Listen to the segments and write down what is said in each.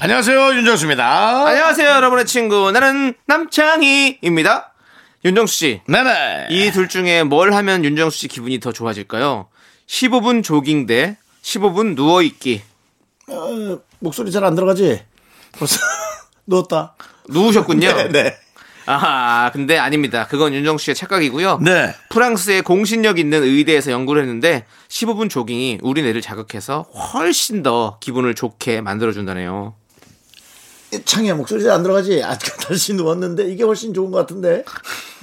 안녕하세요 윤정수입니다. 어. 안녕하세요, 여러분의 친구. 나는 남창희입니다. 윤정수 씨, 네네. 이 둘 중에 뭘 하면 윤정수 씨 기분이 더 좋아질까요? 15분 조깅 대 15분 누워있기. 어, 목소리 잘 안 들어가지? 벌써 누웠다. 누우셨군요. 네, 네. 아, 근데 아닙니다. 그건 윤정수 씨의 착각이고요. 네. 프랑스의 공신력 있는 의대에서 연구를 했는데 15분 조깅이 우리 뇌를 자극해서 훨씬 더 기분을 좋게 만들어준다네요. 창이야 목소리 잘 안 들어가지? 아까 다시 누웠는데 이게 훨씬 좋은 것 같은데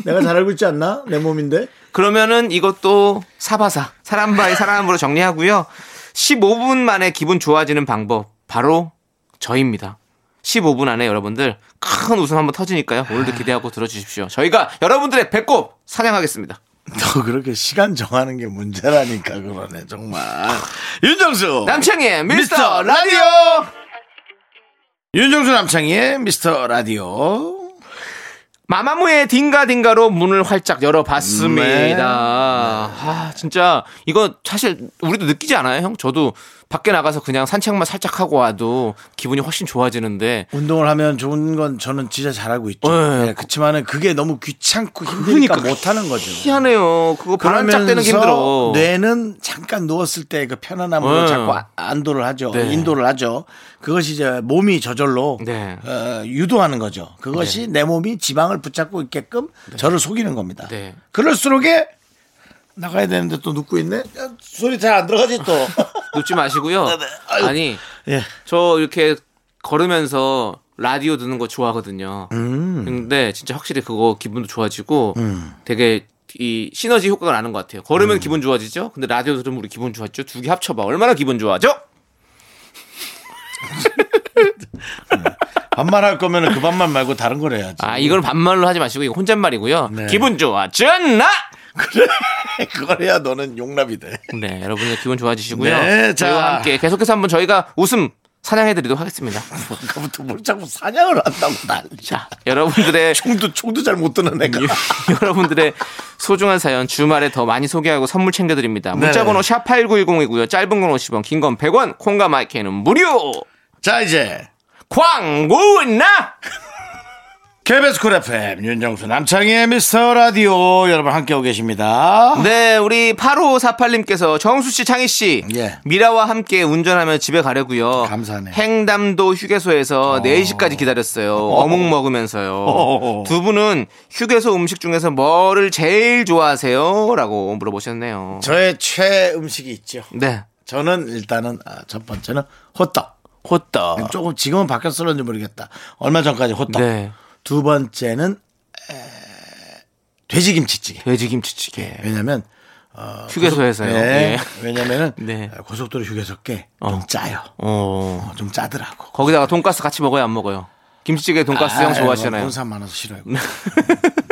내가 잘 알고 있지 않나? 내 몸인데 그러면은 이것도 사바사 사람 바이 사람으로 정리하고요. 15분 만에 기분 좋아지는 방법 바로 저입니다. 15분 안에 여러분들 큰 웃음 한번 터지니까요. 오늘도 기대하고 들어주십시오. 저희가 여러분들의 배꼽 사냥하겠습니다. 너 그렇게 시간 정하는 게 문제라니까 그러네 정말. 윤정수. 남창희의 어. 미스터 미스터 라디오 윤정수 남창희의 미스터 라디오. 마마무의 딩가딩가로 문을 활짝 열어봤습니다. 아 진짜 이거 사실 우리도 느끼지 않아요, 형? 저도 밖에 나가서 그냥 산책만 살짝 하고 와도 기분이 훨씬 좋아지는데 운동을 하면 좋은 건 저는 진짜 잘하고 있죠. 네. 어. 네, 그렇지만은 그게 너무 귀찮고 힘드니까 그러니까 못하는 거죠. 네. 희한해요. 그거 반짝대는 게뭐 힘들어. 뇌는 잠깐 누웠을 때 그 편안함으로 네. 자꾸 아- 안도를 하죠. 네. 인도를 하죠. 그것이 이제 몸이 저절로 네. 어, 유도하는 거죠. 그것이 내 몸이 지방을 붙잡고 있게끔 저를 속이는 겁니다. 네. 그럴수록에 나가야 되는데 또 눕고 있네. 야, 소리 잘 안 들어가지 또. 눕지 마시고요. 네, 아니, 예. 저 이렇게 걸으면서 라디오 듣는 거 좋아하거든요. 음. 근데 진짜 확실히 그거 기분도 좋아지고 되게 이 시너지 효과가 나는 것 같아요. 음. 걸으면 기분 좋아지죠? 근데 라디오 들으면 우리 기분 좋아지죠? 두 개 합쳐봐. 얼마나 기분 좋아져? 반말할 거면 그 반말 말고 다른 걸 해야지. 아, 이건 반말로 하지 마시고 이거 혼잣말이고요. 음. 네. 기분 좋아졌나? 그걸 해야 너는 용납이 돼. 네, 여러분들 기분 좋아지시고요. 네, 자. 저희와 함께 계속해서 한번 저희가 웃음 사냥해드리도록 하겠습니다. 아까부터 뭘 자꾸 사냥을 한다고 난리. 자, 여러분들의 총도 총도 잘 못 드는 애가. 예. 여러분들의 소중한 사연 주말에 더 많이 소개하고 선물 챙겨드립니다. 문자번호 샵 8910이고요. 짧은 건 50원, 긴 건 100원, 콩과 마이크는 무료! 자 이제 광고 나! KBS 쿨 FM 윤정수 남창희의 미스터 라디오 여러분 함께하고 계십니다. 네, 우리 8548님께서 정수씨, 창희씨. 예. 미라와 함께 운전하며 집에 가려고요. 감사하네. 행담도 휴게소에서 4시까지 기다렸어요. 어묵 먹으면서요. 어. 두 분은 휴게소 음식 중에서 뭐를 제일 좋아하세요? 라고 물어보셨네요. 저의 최애 음식이 있죠. 네. 저는 일단은 아, 첫 번째는 호떡. 호떡. 조금 지금은 바뀌었을런지 모르겠다. 얼마 전까지 호떡. 네. 두 번째는 에, 돼지김치찌개. 돼지김치찌개. 왜냐면 네. 휴게소에서요. 네. 예. 왜냐면은 네. 고속도로 휴게소께 좀 짜요. 어. 어, 좀 짜더라고. 거기다가 돈가스 같이 먹어요, 안 먹어요? 김치찌개 돈가스 형 좋아하시나요? 뭐 본 사람 많아서 싫어요. 음.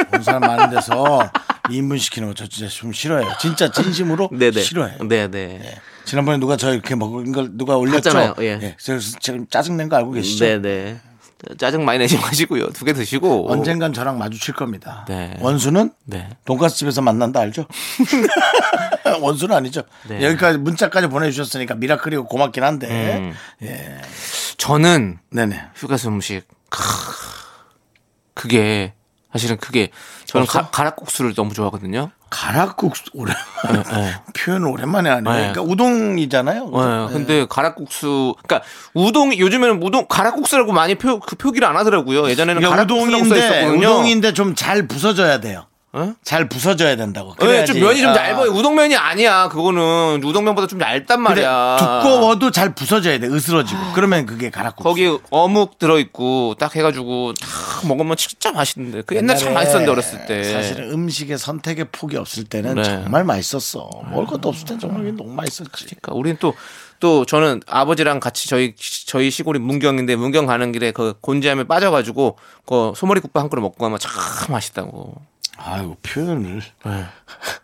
본 사람 많은 데서 2인분 시키는 거 저 진짜 좀 싫어해요. 진짜 진심으로 네네. 싫어해요. 네네. 예. 지난번에 누가 저 이렇게 먹은 걸 누가 올렸죠? 봤잖아요. 예. 그래서 지금 짜증낸 거 알고 계시죠? 네네. 짜증 많이 내지 마시고요. 두 개 드시고. 언젠간 저랑 마주칠 겁니다. 네. 원수는 네. 돈가스 집에서 만난다 알죠? 원수는 아니죠. 네. 여기까지 문자까지 보내주셨으니까 미라클이고 고맙긴 한데. 음. 저는 네네. 휴게소 음식. 크. 그게 사실은 그게 저는 가, 가락국수를 너무 좋아하거든요. 가락국수 오랜만에 표현 오랜만에 하네요. 네. 그러니까 우동이잖아요. 예, 근데 가락국수, 그러니까 우동 요즘에는 우동 가락국수라고 많이 표, 그 표기를 안 하더라고요. 예전에는 그러니까 가락국수라고 써 우동인데 있었거든요. 우동인데 좀 잘 부서져야 돼요. 어? 잘 부서져야 된다고. 네, 좀 면이 좀 아, 얇아요. 우동면이 아니야. 그거는 우동면보다 좀 얇단 근데 말이야. 두꺼워도 잘 부서져야 돼. 으스러지고. 그러면 그게 가락국. 거기 어묵 들어있고 딱 해가지고 딱 먹으면 진짜 맛있는데 그 옛날 참 맛있었는데 어렸을 때 사실은 음식의 선택의 폭이 없을 때는 네. 정말 맛있었어. 먹을 것도 없을 땐 정말 그게 너무 맛있었지. 그러니까 우린 또 또 저는 아버지랑 같이 저희 저희 시골이 문경인데 문경 가는 길에 그 곤지암에 빠져가지고 그 소머리 국밥 한 그릇 먹고 가면 참 맛있다고 아유 표현을.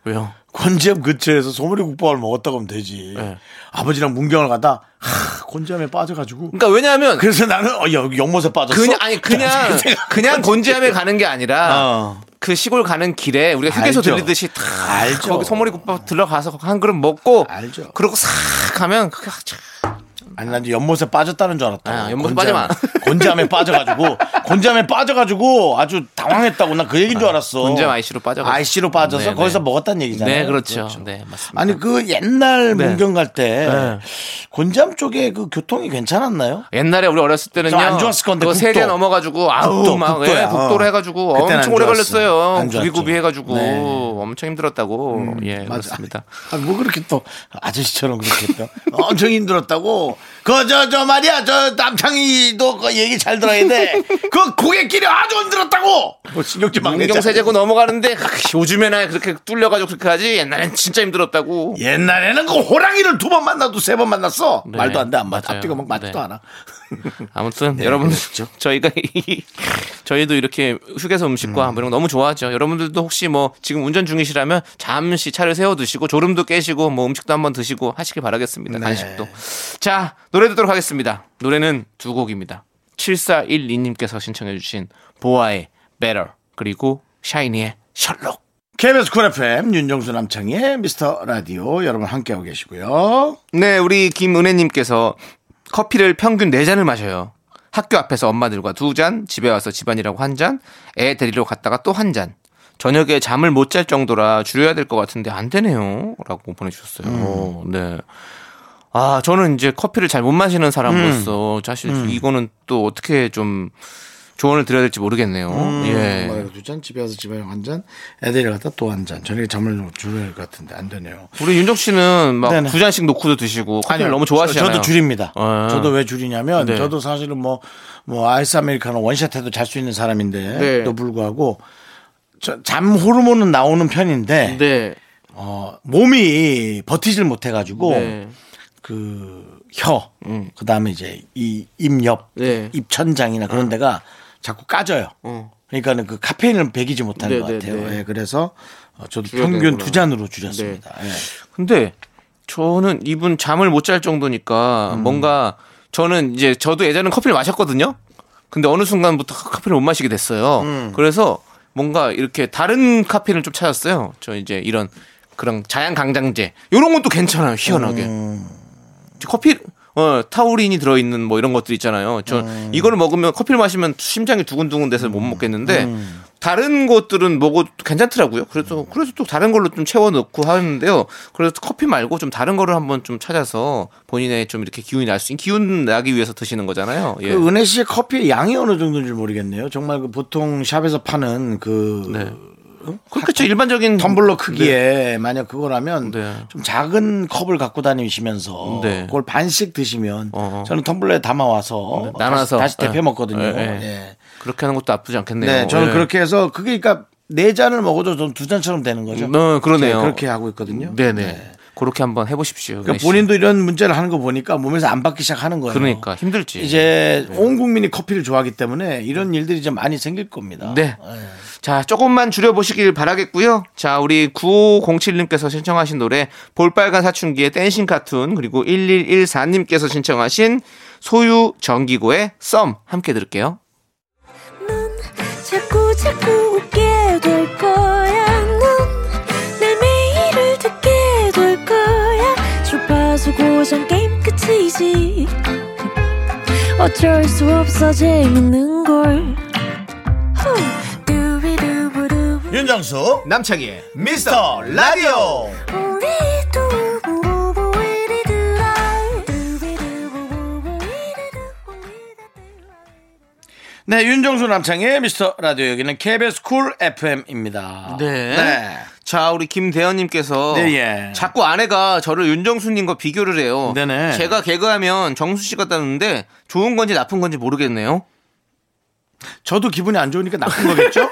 왜요? 곤지암 네. 근처에서 소머리 국밥을 먹었다고 하면 되지. 네. 아버지랑 문경을 가다 하, 곤지암에 빠져가지고. 그러니까 왜냐하면 그래서 나는 어, 여- 연못에 빠졌어. 그냥 아니 그냥 그냥 곤지암에 가는 게 아니라 어. 그 시골 가는 길에 우리가 휴게소 알죠. 들리듯이 다 알죠. 거기 소머리 국밥 들어가서 한 그릇 먹고 알죠. 그러고 싹 가면 그게 아, 참 아니 난 이제 연못에 빠졌다는 줄 알았다. 아, 연못에 빠지면 안- 곤지암에 빠져가지고 곤지암에 빠져가지고 아주 당황했다고 나 그 얘기인 줄 알았어. 곤지암 IC로 아, 빠져가지고. IC로 빠져서 네, 네. 거기서 먹었다는 얘기잖아요. 네, 그렇죠. 네, 맞습니다. 아니 그 옛날 네. 문경 갈 때 네. 곤지암 쪽에 그 교통이 괜찮았나요? 옛날에 우리 어렸을 때는요. 저안 좋았을 건데, 그거 세대 국도. 넘어가지고 아우 국도, 막 국도야. 예, 국도로 어. 해가지고 그때는 안 엄청 오래 좋았어. 걸렸어요. 안 좋았죠. 구비구비 해가지고 네. 음, 엄청 힘들었다고. 예, 그렇습니다. 아, 뭐 그렇게 또 아저씨처럼 그렇게 했다. 엄청 힘들었다고. 그 저 저 말이야 저 남창이도 그 얘기 잘 들어야 돼. 그 고객끼리 아주 힘들었다고. 뭐 신경질 막 문경 내잖아. 세제고 넘어가는데 요즘에나 그렇게 뚫려가지고 그렇게 하지 옛날엔 진짜 힘들었다고. 옛날에는 그 호랑이를 두 번 만나도 세 번 만났어. 네, 말도 안 돼, 안 맞아. 맞아요. 앞뒤가 막 맞지도 네. 않아. 아무튼 여러분들 저희가 이- 저희도 이렇게 휴게소 음식과 뭐 이런 거 너무 좋아하죠. 여러분들도 혹시 뭐 지금 운전 중이시라면 잠시 차를 세워 두시고 졸음도 깨시고 뭐 음식도 한번 드시고 하시길 바라겠습니다. 간식도. 자, 노래 듣도록 하겠습니다. 노래는 두 곡입니다. 7412님께서 신청해 주신 보아의 Better 그리고 샤이니의 셜록. KBS 쿨 FM 윤정수 남창희의 미스터 라디오 여러분 함께하고 계시고요. 네, 우리 김은혜님께서 커피를 평균 4잔을 마셔요. 학교 앞에서 엄마들과 2잔, 집에 와서 집안이라고 1잔, 애 데리러 갔다가 또 1잔. 저녁에 잠을 못 잘 정도라 줄여야 될 것 같은데 안 되네요. 라고 보내주셨어요. 어, 음. 네. 아, 저는 이제 커피를 잘 못 마시는 사람으로서 음. 사실 이거는 또 어떻게 좀 조언을 드려야 될지 모르겠네요. 음. 예. 엄마랑 두 잔, 집에 와서 집에 한 잔, 애들이 갔다 또 한 잔. 저녁에 잠을 줄여야 할 것 같은데 안 되네요. 우리 윤정 씨는 막 네네. 두 잔씩 놓고도 드시고 커피를 너무 좋아하시잖아요. 저도 줄입니다. 아. 저도 왜 줄이냐면 네. 저도 사실은 뭐, 뭐 아이스 아메리카노 원샷해도 잘 수 있는 사람인데 네. 또 불구하고 저, 잠 호르몬은 나오는 편인데 네. 어, 몸이 버티질 못해가지고 네. 그 혀, 그 다음에 이제 이 입옆, 네. 입천장이나 그런 데가 자꾸 까져요. 어. 그러니까는 그 카페인을 배기지 못하는 네, 것 네, 같아요. 네. 예, 그래서 어, 저도 줄여야 평균 되는구나. 네. 두 잔으로 줄였습니다. 예. 근데 저는 이분 잠을 못 잘 정도니까 뭔가 저는 이제 저도 예전에 커피를 마셨거든요. 근데 어느 순간부터 커피를 못 마시게 됐어요. 그래서 뭔가 이렇게 다른 카페를 좀 찾았어요. 저 이제 이런 그런 자양 강장제 이런 것도 괜찮아요. 희한하게 커피 어 타우린이 들어있는 뭐 이런 것들 있잖아요. 저 음. 이걸 먹으면 커피를 마시면 심장이 두근두근돼서 못 먹겠는데 음. 다른 것들은 먹어 도 괜찮더라고요. 그래서 그래서 또 다른 걸로 좀 채워 넣고 하는데요. 그래서 커피 말고 좀 다른 거를 한번 좀 찾아서 본인의 좀 이렇게 기운이 날 수 있는 기운 나기 위해서 드시는 거잖아요. 예. 그 은혜 씨의 커피의 양이 어느 정도인지 모르겠네요. 정말 그 보통 샵에서 파는 그 네. 그렇죠 일반적인 텀블러 크기에 만약 그거라면 네. 좀 작은 컵을 갖고 다니시면서 네. 그걸 반씩 드시면 어허. 저는 텀블러에 담아 와서 네, 나눠서. 다시, 다시 예. 대패 먹거든요. 예, 예. 예. 그렇게 하는 것도 나쁘지 않겠네요. 네, 저는 예. 그렇게 해서 그게 그러니까 네 잔을 먹어도 저는 두 잔처럼 되는 거죠. 네, 그러네요. 네, 그렇게 하고 있거든요. 네네 그렇게 한번 해보십시오. 그러니까 본인도 이런 문제를 하는 거 보니까 몸에서 안 받기 시작하는 거예요. 그러니까 네. 힘들지. 이제 온 국민이 커피를 좋아하기 때문에 이런 일들이 이제 많이 생길 겁니다. 네. 자, 조금만 줄여보시길 바라겠고요. 자, 우리 9507님께서 신청하신 노래, 볼빨간 사춘기의 댄싱 카툰, 그리고 1114님께서 신청하신 소유 정기고의 썸, 함께 들을게요. 자꾸 자꾸 웃게 될 거야. 넌내 매일을 듣게 될 거야. 주파수 고정 게임 끝이지. 어쩔 수 없어 재밌는 걸. 후. 두비두부두. 윤정수 남창희의 미스터 라디오. 우리 두부부부 우리 두라. 두비두부부부 우리 두부부 우리 두라. 네, 윤정수 남창의 미스터 라디오 여기는 KBS 쿨 FM입니다. 네. 자, 우리 김대현님께서 네, 예. 자꾸 아내가 저를 윤정수님과 비교를 해요. 네네. 제가 개그하면 정수 씨 같다는데 좋은 건지 나쁜 건지 모르겠네요. 저도 기분이 안 좋으니까 나쁜 거겠죠?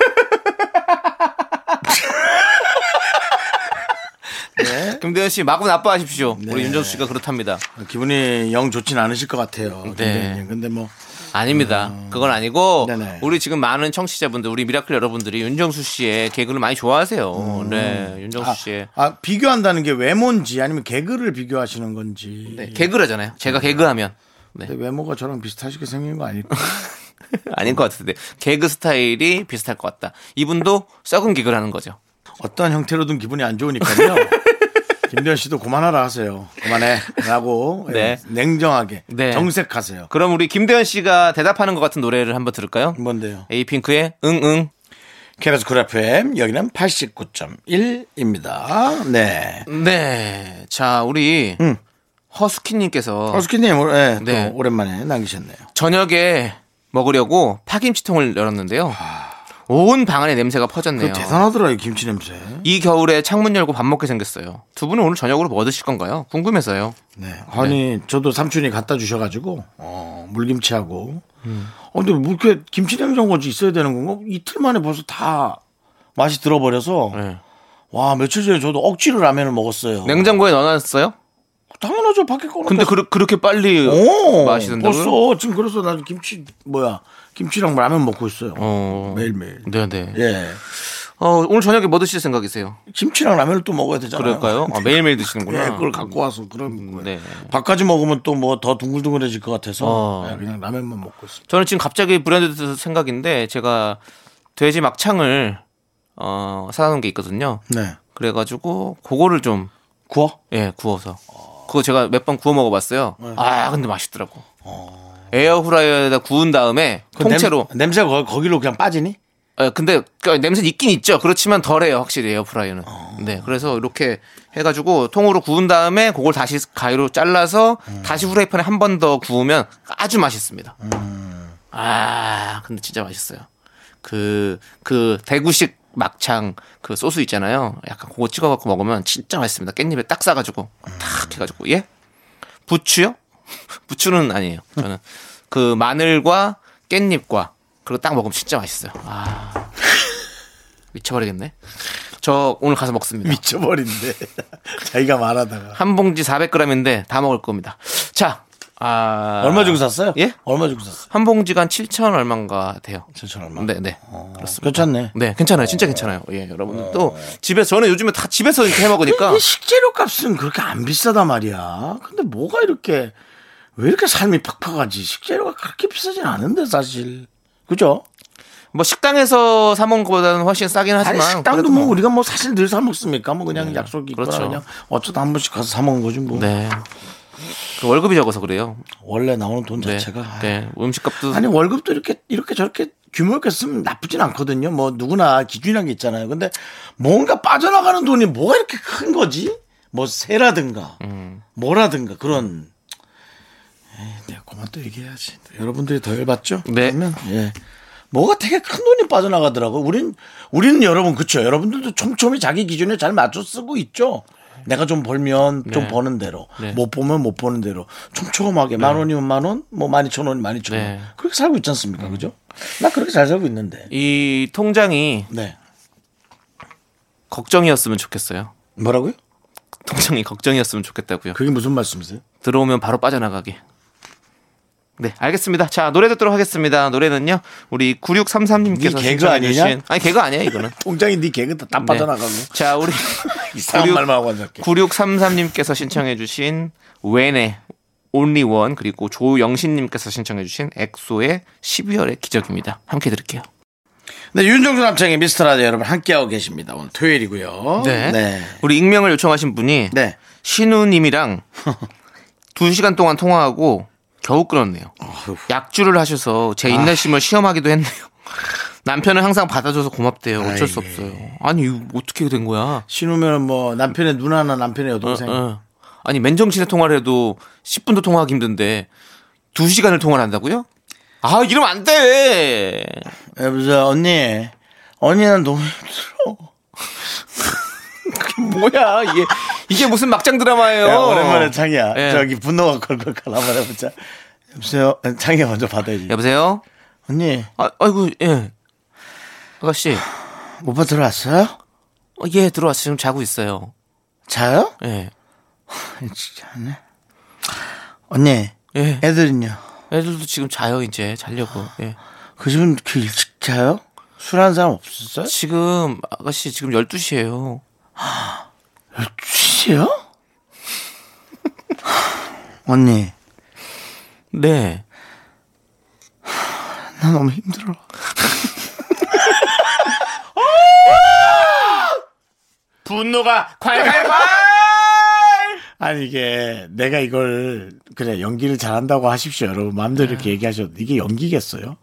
네. 김대현 씨 마구 나빠하십시오. 우리 윤정수 씨가 그렇답니다. 기분이 영 좋진 않으실 것 같아요. 네. 근데, 근데 뭐 아닙니다. 그건 아니고 네네. 우리 지금 많은 청취자분들, 우리 미라클 여러분들이 윤정수 씨의 개그를 많이 좋아하세요. 네, 윤정수 아, 씨의 아, 비교한다는 게 외모인지 아니면 개그를 비교하시는 건지. 네, 개그라잖아요. 제가 개그하면 네. 근데 외모가 저랑 비슷하시게 생긴 거 아닐까? 아닌 것 같은데 개그 스타일이 비슷할 것 같다. 이분도 썩은 개그를 하는 거죠. 어떠한 형태로든 기분이 안 좋으니까요. 김대현 씨도 그만하라 하세요. 그만해라고 네. 예, 냉정하게 네. 정색하세요. 그럼 우리 김대현 씨가 대답하는 것 같은 노래를 한번 들을까요? 뭔데요? 에이핑크의 응응. 케라스 쿨 FM 여기는 89.1입니다. 네. 네. 자, 우리 허스키님께서 어스키님 네, 네. 또 오랜만에 남기셨네요. 저녁에 먹으려고 파김치통을 열었는데요. 온 방안에 냄새가 퍼졌네요. 그 대단하더라 이 김치 냄새. 이 겨울에 창문 열고 밥 먹게 생겼어요. 두 분은 오늘 저녁으로 뭐 드실 건가요? 궁금해서요. 네. 아니 저도 삼촌이 갖다 주셔가지고 어, 물김치하고. 음. 어, 근데 뭐 이렇게 김치 냄새 온 건지 있어야 되는 건가? 이틀 만에 벌써 다 맛이 들어버려서 네. 와 며칠 전에 저도 억지로 라면을 먹었어요. 냉장고에 넣어놨어요? 당연하죠 밖에 꺼놓고. 근데 그, 그렇게 빨리 오, 맛이 든다고요? 벌써 지금 그래서 나 김치 뭐야 김치랑 라면 먹고 있어요. 어. 매일매일. 네네. 예. 어, 오늘 저녁에 뭐 드실 생각이세요? 김치랑 라면을 또 먹어야 되잖아요. 그럴까요? 아, 매일매일 드시는구나. 예, 그걸 갖고 와서 그런 거예요. 네. 밥까지 먹으면 또 뭐 더 둥글둥글해질 것 같아서 어. 예, 그냥 라면만 먹고 있습니다. 저는 지금 갑자기 불현듯 생각인데 제가 돼지 막창을 어, 사놓은 게 있거든요. 네. 그래가지고 그거를 좀 구워? 예, 구워서. 그거 제가 몇 번 구워 먹어봤어요. 네. 아, 근데 맛있더라고. 에어프라이어에다 구운 다음에 어. 그 통째로. 냄, 새가 거, 거기로 그냥 빠지니? 예, 근데 그 냄새 있긴 있죠. 그렇지만 덜해요, 확실히 에어프라이어는. 네, 그래서 이렇게 해가지고 통으로 구운 다음에 그걸 다시 가위로 잘라서 음. 다시 후라이팬에 한 번 더 구우면 아주 맛있습니다. 아, 근데 진짜 맛있어요. 그, 그 대구식 막창 그 소스 있잖아요. 약간 그거 찍어갖고 먹으면 진짜 맛있습니다. 깻잎에 딱 싸가지고 탁 해가지고 예? 부추요? 부추는 아니에요. 저는 그 마늘과 깻잎과 그리고 딱 먹으면 진짜 맛있어요. 아 미쳐버리겠네. 저 오늘 가서 먹습니다. 미쳐버린데. 자기가 말하다가. 한 봉지 400g인데 다 먹을 겁니다. 자, 아 얼마 주고 샀어요? 예? 얼마 주고 샀어요? 한 봉지가 한 7천 얼마인가 돼요. 7천 얼마. 네, 네. 어, 괜찮네. 네, 괜찮아요. 진짜 괜찮아요. 예, 어. 여러분들 또 집에서 저는 요즘에 다 집에서 이렇게 해 먹으니까 이 식재료 값은 그렇게 안 비싸단 말이야. 근데 뭐가 이렇게 왜 이렇게 삶이 팍팍하지? 식재료가 그렇게 비싸진 않은데 사실. 그죠? 뭐 식당에서 사 먹는 것보다는 훨씬 싸긴 아니 하지만 식당도 그래도 뭐 우리가 뭐 사실 늘 사 먹습니까? 뭐 그냥 약속이 있거나 그렇죠. 그냥 어쩌다 한 번씩 가서 사 먹은 거지 뭐. 네. 그 월급이 적어서 그래요. 원래 나오는 돈 네. 자체가 네. 음식값도 아니 월급도 이렇게 이렇게 저렇게 규모 있게 쓰면 나쁘진 않거든요. 뭐 누구나 기준이란 게 있잖아요. 근데 뭔가 빠져나가는 돈이 뭐가 이렇게 큰 거지? 뭐 세라든가 음. 뭐라든가 그런 에이, 내가 그만 또 얘기해야지. 여러분들이 더 열받죠? 네. 그러면 예. 뭐가 되게 큰 돈이 빠져나가더라고. 우린 우리는 여러분 그쵸? 여러분들도 촘촘히 자기 기준에 잘 맞춰 쓰고 있죠. 내가 좀 벌면 좀 네. 버는 대로, 네. 못 보면 못 보는 대로 촘촘하게 만 원이면 만 원, 뭐 만 이천 원이면 만 이천 원. 네. 그렇게 살고 있지 않습니까? 그죠? 나 그렇게 잘 살고 있는데. 이 통장이 네. 걱정이었으면 좋겠어요. 뭐라고요? 통장이 걱정이었으면 좋겠다고요. 그게 무슨 말씀이세요? 들어오면 바로 빠져나가게. 네, 알겠습니다. 자, 노래 듣도록 하겠습니다. 노래는요. 우리 9633님께서 네 개그 신청해 주신- 아니냐? 아니, 개그 아니에요, 이거는. 통장이 네 개그 다, 다 빠져나가고 네. 자, 우리 이상한 96 말만 하고 앉았게. 9633님께서 신청해 주신 웬의 Only One 그리고 조영신 님께서 신청해 주신 엑소의 12월의 기적입니다. 함께 들을게요. 네, 윤종수 남창의 미스터라디오 여러분 함께하고 계십니다. 오늘 토요일이고요. 네. 우리 익명을 요청하신 분이 네. 신우님이랑 두 시간 동안 통화하고 겨우 끊었네요. 약주를 하셔서 제 인내심을 시험하기도 했네요. 남편은 항상 받아줘서 고맙대요. 어쩔 수 없어요. 아니 이거 어떻게 된 거야? 신우면 뭐 남편의 누나나 남편의 여동생. 어. 아니 맨정신에 통화를 해도 10분도 통화하기 힘든데 2시간을 통화를 한다고요? 아, 이러면 안 돼. 여보세요, 네, 언니. 언니는 너무 힘들어. 뭐야, 이게. 이게 무슨 막장 드라마예요. 야, 오랜만에 창이야. 예. 저기 분노가 컬컬컬 한번 해보자. 여보세요, 네, 창이 먼저 받아야지. 여보세요? 언니, 아, 아이고, 예. 아가씨. 오빠 들어왔어요? 어, 예, 들어왔어. 지금 자고 있어요. 자요? 예. 진짜 안 해. 언니, 예. 애들은요? 애들도 지금 자요, 이제. 자려고. 예. 그 집은 그렇게 일찍 자요? 술 한 사람 없었어요? 지금, 아가씨, 지금 12시예요 취시요? 언니, 네. 나 너무 힘들어. 분노가 아니 이게 내가 이걸 그래 연기를 잘한다고 하십시오 여러분 마음대로 이렇게 얘기하셔도 이게 연기겠어요?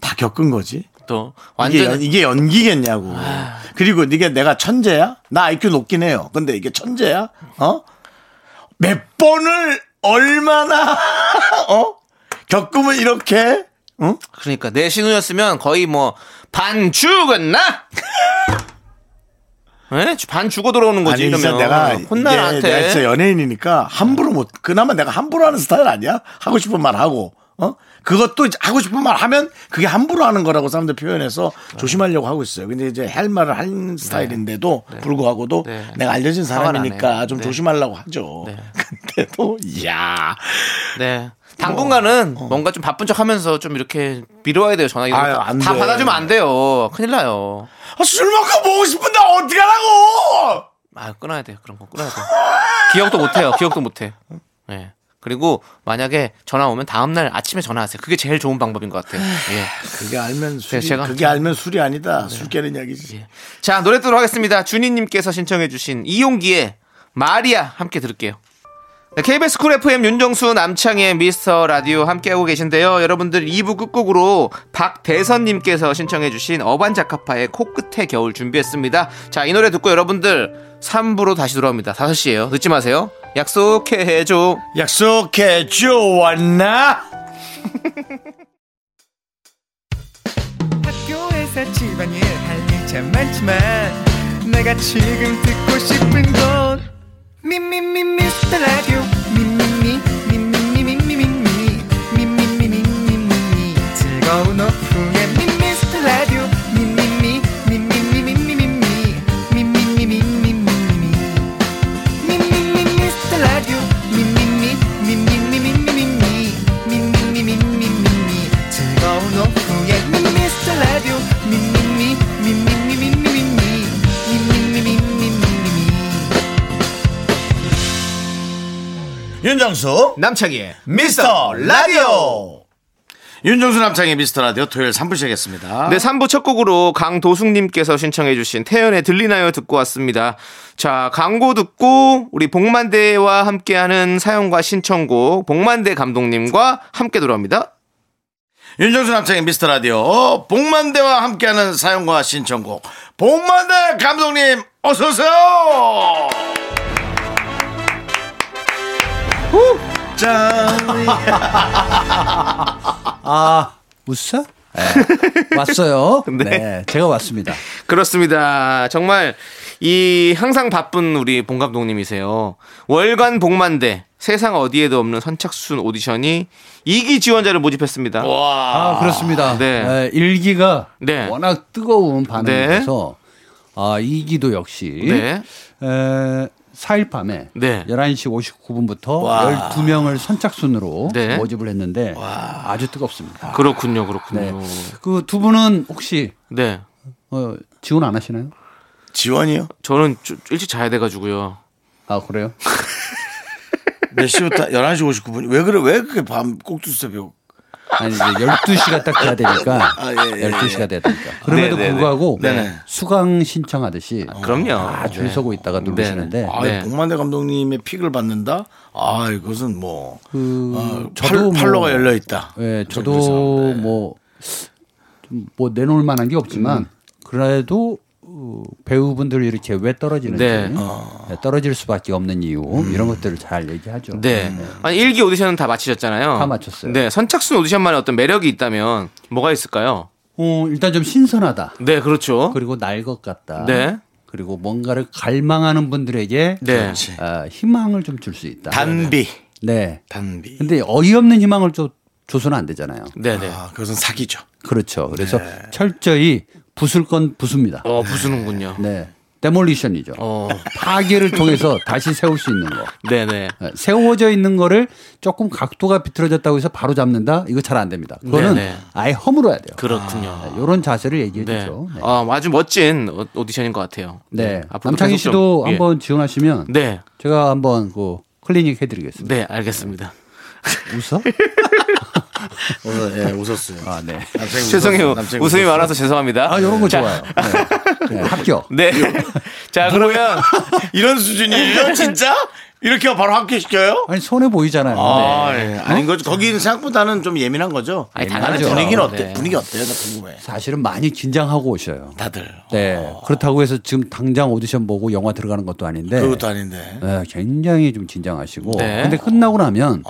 다 겪은 거지? 또, 이게, 연, 완전. 이게 연기겠냐고. 아. 그리고 이게 내가 천재야? 나 IQ 높긴 해요. 근데 이게 천재야? 어? 몇 번을 얼마나 어? 겪으면 이렇게 응? 그러니까, 내 신우였으면 거의 뭐, 반 죽었나? 예? 반 죽어 돌아오는 거지, 아니 진짜 이러면. 뭐 내가 혼나, 이게 나한테. 내가 진짜 연예인이니까 함부로 못 그나마 내가 함부로 하는 스타일 아니야 하고 싶은 말 하고 어 그것도 이제 하고 싶은 말 하면 그게 함부로 하는 거라고 사람들 표현해서 조심하려고 하고 있어요 근데 이제 할 말을 하는 스타일인데도 불구하고도 네. 내가 알려진 화가 나네요. 사람이니까 좀 네. 조심하려고 하죠 근데도 이야 뭐, 네. 당분간은 뭔가 좀 바쁜 척 하면서 좀 이렇게 미뤄야 돼요, 전화기. 어. 아유, 안 다 돼. 받아주면 안 돼요. 큰일 나요. 아, 술 먹고 보고 싶은데 어떻게 하라고 아, 끊어야 돼요. 그런 거 끊어야 돼요. 기억도 못 해요. 기억도 못 해. 예. 그리고 만약에 전화 오면 다음날 아침에 전화하세요. 그게 제일 좋은 방법인 것 같아요. 예. 그게 알면 술이 네, 제가- 네. 예. 그게 알면 술이 아니다 술 깨는 약이지 자, 노래 듣도록 하겠습니다. 준희님께서 신청해주신 이용기의 마리아 함께 들을게요. 네, KBS 쿨 FM 윤정수 남창의 미스터 라디오 함께하고 계신데요. 여러분들 2부 끝곡으로 박대선님께서 신청해주신 어반자카파의 코끝의 겨울 준비했습니다. 자, 이 노래 듣고 여러분들 3부로 다시 돌아옵니다. 5시에요. 늦지 마세요. 약속해줘. 약속해 주었나 학교에서 집안일 할 일 참 많지만 내가 지금 듣고 싶은 건 미미미 미스터 라디오 미미미 미미미 미미미 미미미 미미미 즐거운 오후에 미스터 라디오 미미미 미미미 미미미 미미미 미미미 윤정수 남창희의 미스터 라디오 윤정수 남창의 미스터 라디오 토요일 3부 시작했습니다. 네, 3부 첫 곡으로 강도숙님께서 신청해주신 태연의 들리나요 듣고 왔습니다. 자, 광고 듣고 우리 복만대와 함께하는 사연과 신청곡 복만대 감독님과 함께 돌아옵니다. 윤정수 남창의 미스터 라디오 어, 복만대와 함께하는 사연과 신청곡 복만대 감독님 어서 오세요. 후! 짠. 웃어? 네. 왔어요. 네. 네. 제가 왔습니다. 그렇습니다. 정말 이 항상 바쁜 우리 봉 감독님이세요. 월간 복만대 세상 어디에도 없는 선착순 오디션이 2기 지원자를 모집했습니다. 아, 그렇습니다. 네. 네. 일기가 네. 워낙 뜨거운 반응이라서 아, 이기도 역시 네. 에, 4일 밤에 네. 11시 59분부터 12명을 선착순으로 네. 모집을 했는데 아주 뜨겁습니다. 그렇군요, 그렇군요. 네. 그 두 분은 혹시 네. 어, 지원 안 하시나요? 지원이요? 저는 좀 일찍 자야 돼가지고요. 아, 그래요? 몇 시부터 11시 59분. 왜 그래? 왜 그렇게 밤 꼭두새 벽? 아니 이제 12시가 딱 돼야 되니까 아, 예, 예, 예. 12시가 돼야 되니까 그럼에도 네, 네, 불구하고 네네. 수강 신청하듯이 그럼요. 다 줄 네. 서고 있다가 누르시는데 아, 네. 복만대 감독님의 픽을 받는다? 아, 이것은 뭐 그 어, 팔, 저도 뭐- 팔로가 열려 그 있다. 예, 그래서, 네. 음. 저도 뭐 좀 뭐 내놓을 만한 게 없지만 그래도 어, 배우분들 이렇게 왜 떨어지는지 네. 네, 떨어질 수밖에 없는 이유 음. 이런 것들을 잘 얘기하죠. 네. 아니, 일기 오디션은 다 마치셨잖아요. 음. 다 마쳤어요. 네. 선착순 오디션만의 어떤 매력이 있다면 뭐가 있을까요? 어, 일단 좀 신선하다. 네, 그렇죠. 그리고 날 것 같다. 네. 그리고 뭔가를 갈망하는 분들에게 네. 아, 희망을 좀 줄 수 있다. 단비. 네. 단비. 근데 어이없는 희망을 좀 줘서는 안 되잖아요. 네, 네. 아, 그것은 사기죠. 그렇죠. 그래서 네. 철저히 부술 건 부숩니다. 어, 부수는군요. 네. 데몰리션이죠. 어. 파괴를 통해서 다시 세울 수 있는 거. 네, 네. 네, 세워져 있는 거를 조금 각도가 비틀어졌다고 해서 바로 잡는다? 이거 잘 안 됩니다. 그거는 네네. 아예 허물어야 돼요. 그렇군요. 이런 자세를 얘기해 네. 주죠. 아, 네. 아, 아주 멋진 오- 오디션인 것 같아요. 네. 앞으로 남창희 계속 좀- 씨도 예. 한번 지원하시면 네. 제가 한번 그 클리닉 해드리겠습니다. 네, 알겠습니다. 웃어? 오늘 예, 웃었어요. 아, 네. 남창이 죄송해요. 웃었어요. 남창이 웃음이 웃었어요. 많아서 죄송합니다. 아, 이런 거 자, 좋아요. 네. 네, 합격. 네. 자, 그러면 이런 수준이에요, 진짜? 이렇게 바로 함께 시켜요? 아니, 손해 보이잖아요. 네. 아, 예. 아닌 거죠. 거기는 생각보다는 좀 예민한 거죠. 네. 아니, 예민하죠. 당연하죠. 분위기는 네. 어때? 분위기 어때요? 나 궁금해. 사실은 많이 긴장하고 오셔요. 다들. 네. 아. 그렇다고 해서 지금 당장 오디션 보고 영화 들어가는 것도 아닌데. 그것도 아닌데. 네, 굉장히 좀 긴장하시고. 네. 어. 근데 끝나고 나면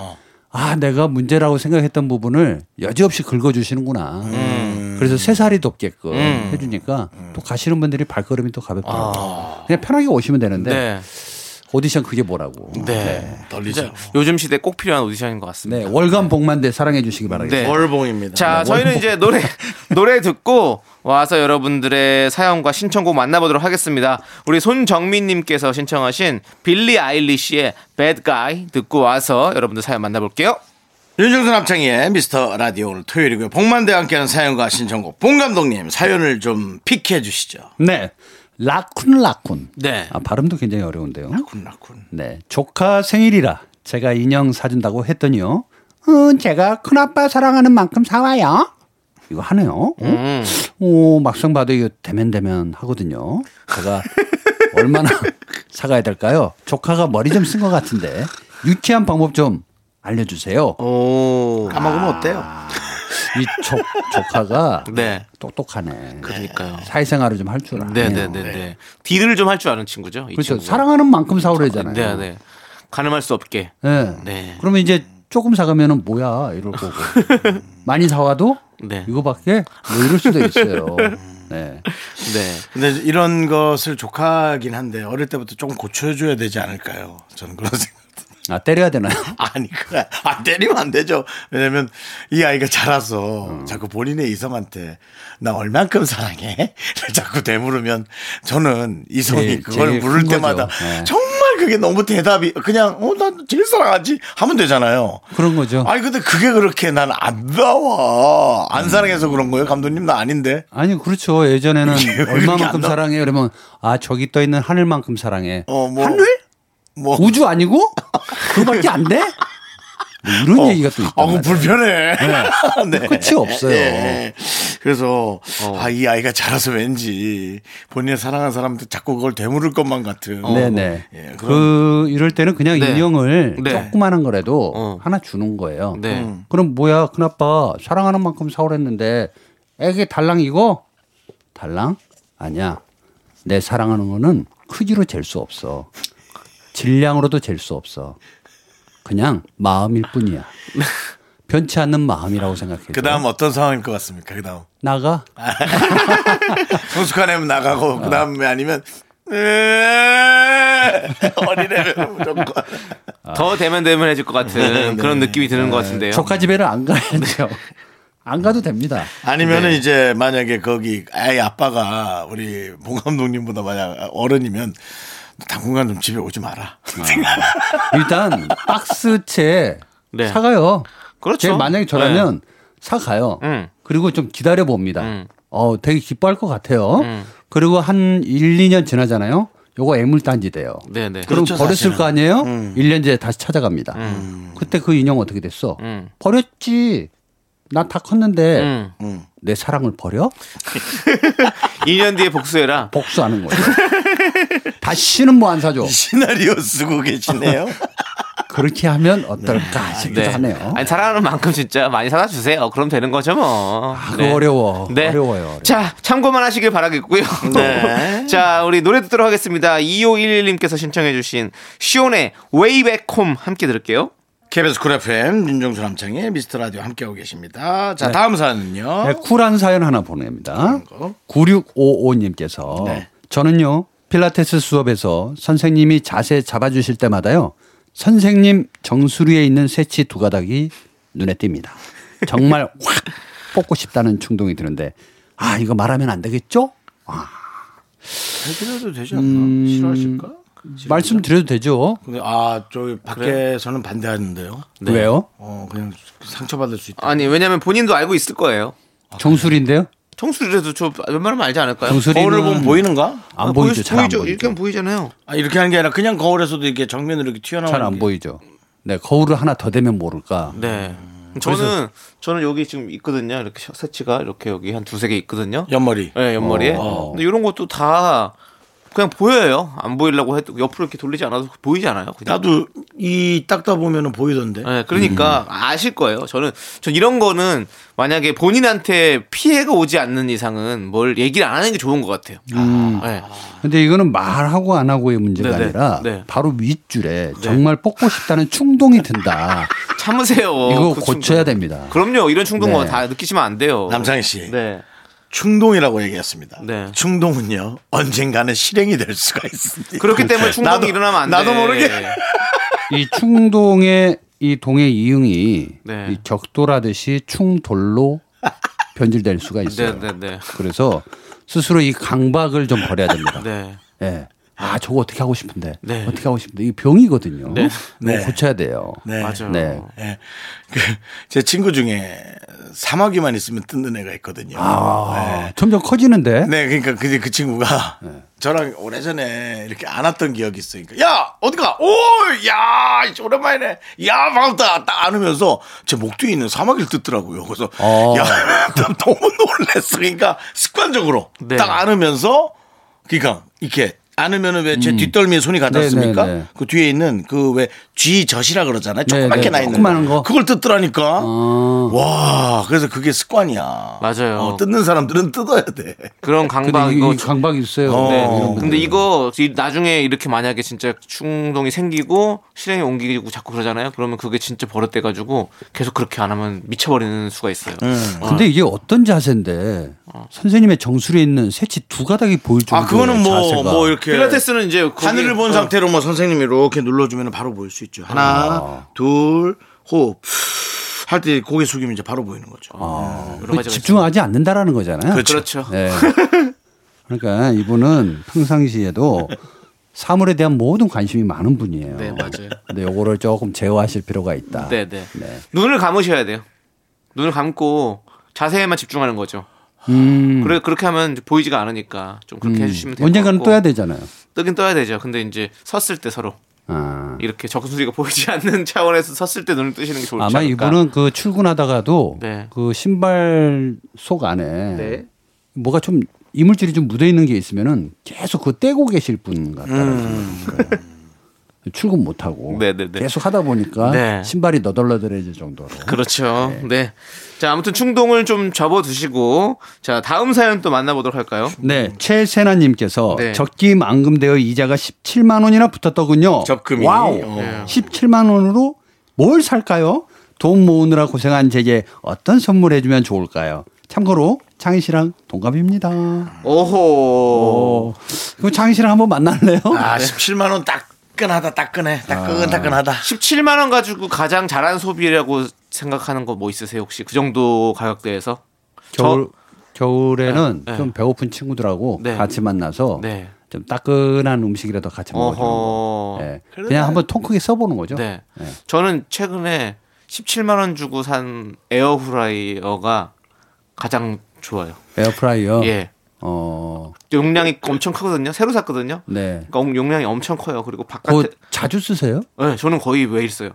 아 내가 문제라고 생각했던 부분을 여지없이 긁어주시는구나. 음. 그래서 새살이 돋게끔 해주니까 또 가시는 분들이 발걸음이 또 가볍더라고요. 그냥 편하게 오시면 되는데 아. 네. 오디션 그게 뭐라고. 네. 떨리죠. 요즘 시대 꼭 필요한 오디션인 것 같습니다. 네, 월간 복만대 사랑해 주시기 네. 바라겠습니다. 월봉입니다. 자, 저희는 이제 노래 노래 듣고 와서 여러분들의 사연과 신청곡 만나보도록 하겠습니다. 우리 손정민님께서 신청하신 빌리 아일리시의 Bad Guy 듣고 와서 여러분들 사연 만나볼게요. 네. 윤정수 남창희의 미스터 라디오 오늘 토요일이고요. 복만대와 함께하는 사연과 신청곡. 봉 감독님 사연을 좀 픽해 주시죠. 네. 라쿤 라쿤. 네. 아, 발음도 굉장히 어려운데요. 군락군. 네. 조카 생일이라 제가 인형 사준다고 했더니요. 응, 제가 큰아빠 사랑하는 만큼 사와요. 이거 하네요. 어? 음. 오, 막상 봐도 이거 대면대면 하거든요. 제가 얼마나 사가야 될까요? 조카가 머리 좀 쓴 것 같은데 유쾌한 방법 좀 알려주세요. 오. 까먹으면 아. 어때요? 이 조, 조카가 네. 똑똑하네. 그러니까요. 사회생활을 좀 할 줄 아네 네, 네, 네, 네. 딜을 좀 할 줄 아는 친구죠. 이 그렇죠. 친구가. 사랑하는 만큼 사오래잖아요. 네, 네. 가늠할 수 없게. 예. 네. 그러면 이제 조금 사가면은 뭐야 이럴 거고 뭐 많이 사와도 네. 이거밖에 뭐 이럴 수도 있어요. 네. 네. 근데 이런 것을 조카긴 한데 어릴 때부터 좀 고쳐줘야 되지 않을까요? 저는 그런 생각. 아 때려야 되나요? 아니, 그, 안 때리면 안 되죠. 왜냐면 이 아이가 자라서 음. 자꾸 본인의 이성한테 나 얼만큼 사랑해? 자꾸 되물으면 저는 이성이 제일, 그걸 예, 제일 물을 큰 때마다 거죠. 네. 정말 그게 너무 대답이 그냥 어, 나 제일 사랑하지? 하면 되잖아요. 그런 거죠. 아니, 근데 그게 그렇게 난 안 나와. 안 사랑해서 그런 거예요? 감독님, 나 아닌데. 아니 그렇죠. 예전에는 이게 왜 이렇게 얼마만큼 안 나와? 사랑해 그러면 아 저기 떠 있는 하늘만큼 사랑해. 어, 뭐. 하늘? 뭐. 우주 아니고 그거밖에 안 돼? 뭐 이런 어. 얘기가 또 있단 아, 그 말이에요. 불편해. 네. 끝이 없어요. 어. 예. 그래서 아, 이 아이가 자라서 왠지 본인의 사랑하는 사람한테 자꾸 그걸 되물을 것만 같은. 어. 네네. 예, 그런- 그 이럴 때는 그냥 네. 인형을 네. 조그만한 거라도 어. 하나 주는 거예요. 네. 음. 그럼 뭐야 큰아빠 사랑하는 만큼 사오랬는데 애기 달랑 이거 달랑 아니야 내 사랑하는 거는 크기로 잴 수 없어 질량으로도 잴 수 없어 그냥 마음일 뿐이야 변치 않는 마음이라고 생각해 그다음 아, 어떤 상황일 것 같습니까? 그다음 나가 성숙한 애면 어. 나가고 그다음에 아니면 어린애면 무조건 아. 더 대면대면 해질 것 네, 같은 그런 느낌이 드는 것 네. 같은데요. 조카 집에는 안 가야죠 안 가도 됩니다 아니면은 네. 이제 만약에 거기 아이 아빠가 우리 봉 감독님보다 만약 어른이면 당분간 좀 집에 오지 마라. 일단 박스채 네. 사가요. 그렇죠. 네. 제가 만약에 저라면 사가요. 음. 그리고 좀 기다려 봅니다. 음. 어, 되게 기뻐할 것 같아요. 그리고 한 1, 2년 지나잖아요. 요거 애물단지 돼요. 네, 네. 그럼 그렇죠, 버렸을 사실은. 거 아니에요? 일 1년 뒤에 다시 찾아갑니다. 그때 그 인형 어떻게 됐어? 음. 버렸지. 나 다 컸는데 음. 내 사랑을 버려? 2년 뒤에 복수해라. 복수하는 거예요. 다시는 뭐 안 사줘. 시나리오 쓰고 계시네요. 그렇게 하면 어떨까 싶기도 하네요. 아니, 사랑하는 만큼 진짜 많이 사다 주세요. 그럼 되는 거죠, 뭐. 아, 네. 그거 어려워. 어려워요, 어려워. 자, 참고만 하시길 바라겠고요. 네. 자, 우리 노래 듣도록 하겠습니다. 2511님께서 신청해주신 시온의 웨이백 홈 함께 들을게요. KBS 쿨 FM 윤정수 남창의 미스터 라디오 함께하고 계십니다. 자 다음 사연은요. 네, 쿨한 사연 하나 보냅니다. 어? 거. 9655님께서 네. 저는요 필라테스 수업에서 선생님이 자세 잡아주실 때마다요 선생님 정수리에 있는 새치 두 가닥이 눈에 띕니다. 정말 확 뽑고 싶다는 충동이 드는데 아 이거 말하면 안 되겠죠? 해드려도 되지 않나? 싫어하실까? 말씀드려도 되죠? 음, 근데 아 저기 밖에서는 반대하는데요. 왜요? 어 그냥 상처받을 수 있다. 아니, 왜냐면 본인도 알고 있을 거예요. 정수리인데요? 청수리라도 저 웬만하면 알지 않을까요? 정수리는 거울을 보면 보이는가? 안 보이죠? 잘 안 보이죠? 보이죠? 이렇게 보이잖아요. 아, 이렇게 하는 게 아니라 그냥 거울에서도 이렇게 정면으로 이렇게 튀어나오는 잘 안 게. 보이죠? 네 거울을 하나 더 대면 모를까? 네. 음. 저는 저는 여기 지금 있거든요. 이렇게 세치가 이렇게 여기 한 두세 개 있거든요. 옆머리. 예, 옆머리에. 어. 근데 이런 것도 다 그냥 보여요. 안 보이려고 해도 옆으로 이렇게 돌리지 않아도 보이지 않아요. 그냥. 나도 이 닦다 보면은 보이던데. 예, 음. 그러니까 아실 거예요. 저는 전 이런 거는 만약에 본인한테 피해가 오지 않는 이상은 뭘 얘기를 안 하는 게 좋은 것 같아요. 음. 예. 근데 이거는 말하고 안 하고의 문제가 네네. 아니라 네. 바로 윗줄에 정말 뽑고 싶다는 충동이 든다. 참으세요. 이거 그 충동. 고쳐야 됩니다. 그럼요. 이런 충동은 네. 다 느끼시면 안 돼요. 남창희 씨. 네. 충동이라고 얘기했습니다. 네. 충동은요 언젠가는 실행이 될 수가 있습니다. 그렇기 때문에 충동이 나도- 일어나면 안 나도 돼. 네. 모르게. 이 충동의 이 동의 이응이 네. 이 격돌하듯이 충돌로 변질될 수가 네, 있어요. 네, 네. 그래서 스스로 이 강박을 좀 버려야 됩니다. 네. 예. 아, 저거 어떻게 하고 싶은데. 네. 어떻게 하고 싶은데. 이게 병이거든요. 네. 그렇죠. 이거 네. 고쳐야 돼요. 네. 맞아요. 네. 예. 그, 제 친구 중에 사마귀만 있으면 뜯는 애가 있거든요. 아, 점점 커지는데. 네, 그러니까 그, 그 친구가 네. 저랑 오래전에 이렇게 안 왔던 기억이 있으니까 야 어디가 오 야 오랜만이네 야 반갑다 딱 안으면서 제 목 뒤에 있는 사마귀를 뜯더라고요. 그래서 어. 야 너무 놀랐어. 그러니까 습관적으로 네. 딱 안으면서 그러니까 이렇게 안으면은 왜 제 뒷덜미에 손이 가지 않습니까? 음. 네, 네, 네. 그 뒤에 있는 그 왜 쥐젖이라 그러잖아요. 네, 조그맣게 네, 나 있는 조그마한 거. 그걸 뜯더라니까. 어. 와, 그래서 그게 습관이야. 맞아요. 어, 뜯는 사람들은 뜯어야 돼. 그런 근데 강박 이, 이 이거 강박이 있어요. 네. 어. 근데 이거 이- 나중에 이렇게 만약에 진짜 충동이 생기고 실행에 옮기고 자꾸 그러잖아요. 그러면 그게 진짜 버릇돼 가지고 계속 그렇게 안 하면 미쳐버리는 수가 있어요. 아. 근데 이게 어떤 자세인데 선생님의 정수리에 있는 새치 두 가닥이 보일 정도의 아, 그거는 뭐, 자세가. 뭐 이렇게 필라테스는 이제 거기- 어. 하늘을 본 상태로 뭐 선생님이 이렇게 눌러주면 바로 보일 수 있죠. 하나, 둘, 호흡. 할 때 고개 숙이면 이제 바로 보이는 거죠. 여러 가지가 어. 집중하지 않는다라는 거잖아요. 그렇죠. 네. 그러니까 이분은 평상시에도 사물에 대한 모든 관심이 많은 분이에요. 네, 맞아요. 근데 요거를 조금 제어하실 필요가 있다. 네, 네. 네. 눈을 감으셔야 돼요. 눈을 감고 자세에만 집중하는 거죠. 그래 그렇게 하면 보이지가 않으니까 좀 그렇게 네. 해주시면 돼요. 음. 언젠가는 떠야 되잖아요. 뜨긴 떠야 되죠. 근데 이제 섰을 때 서로 아. 이렇게 적수리가 보이지 않는 차원에서 섰을 때 눈을 뜨시는 게 좋을지 아마 않을까. 이분은 그 출근하다가도 네. 그 신발 속 안에 네. 뭐가 좀 이물질이 좀 묻어 있는 게 있으면은 계속 그거 떼고 계실 분 같다는 생각이 들어요. 출근 못 하고 네네네. 계속 하다 보니까 네. 신발이 너덜너덜해질 정도로. 그렇죠. 네. 자, 아무튼 충동을 좀 접어두시고, 자, 다음 사연 또 만나보도록 할까요? 네, 최세나님께서 네. 적기 만금되어 이자가 17만 원이나 붙었더군요. 적금이. 와우. 어. 17만 원으로 뭘 살까요? 돈 모으느라 고생한 제게 어떤 선물해 주면 좋을까요? 참고로 창희 씨랑 동갑입니다. 오호. 어. 그럼 창희 씨랑 한번 만날래요? 아, 17만원 따끈하다, 따끈해. 따끈따끈하다. 17만원 가지고 가장 잘한 소비라고 생각하는 거 뭐 있으세요, 혹시? 그 정도 가격대에서? 겨울 겨울에는 네, 네. 좀 배고픈 친구들하고 네. 같이 만나서 네. 좀 따끈한 음식이라도 같이 먹어주는 거. 어허. 예. 그냥 한번 통 크게 써보는 거죠. 뭐 네. 저는 최근에 17만원 주고 산 에어프라이어가 가장 좋아요. 에어프라이어. 예. 어, 용량이 엄청 크거든요. 새로 샀거든요. 네. 그러니까 용량이 엄청 커요. 그리고 바깥에. 그거 자주 쓰세요? 네, 저는 거의 매일 써요.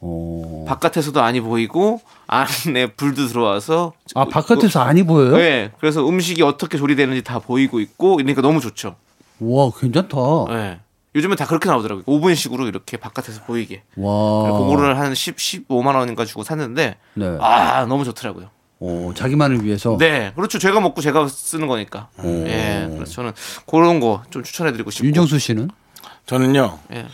어. 바깥에서도 안이 보이고 안에 불도 들어와서 그 아 바깥에서 안이 보여요? 네, 그래서 음식이 어떻게 조리되는지 다 보이고 있고 이러니까 너무 좋죠. 와 괜찮다. 네. 요즘은 다 그렇게 나오더라고요. 5분씩으로 이렇게 바깥에서 보이게. 와. 그거를 한 10, 15만 원인가 주고 샀는데 어. 네. 아 너무 좋더라고요. 어, 자기만을 위해서. 네, 그렇죠. 제가 먹고 제가 쓰는 거니까. 예, 그래서 저는 그런 거 좀 추천해드리고 싶고. 윤정수 씨는? 저는요. 예.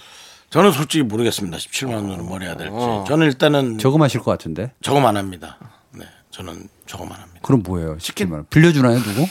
저는 솔직히 모르겠습니다. 17만 원으로 뭘 해야 될지. 어. 저는 일단은 저금 하실 것 같은데. 저거만 합니다. 네. 저는 저거만 합니다. 그럼 뭐예요? 시킨 말. 빌려주나요, 누구?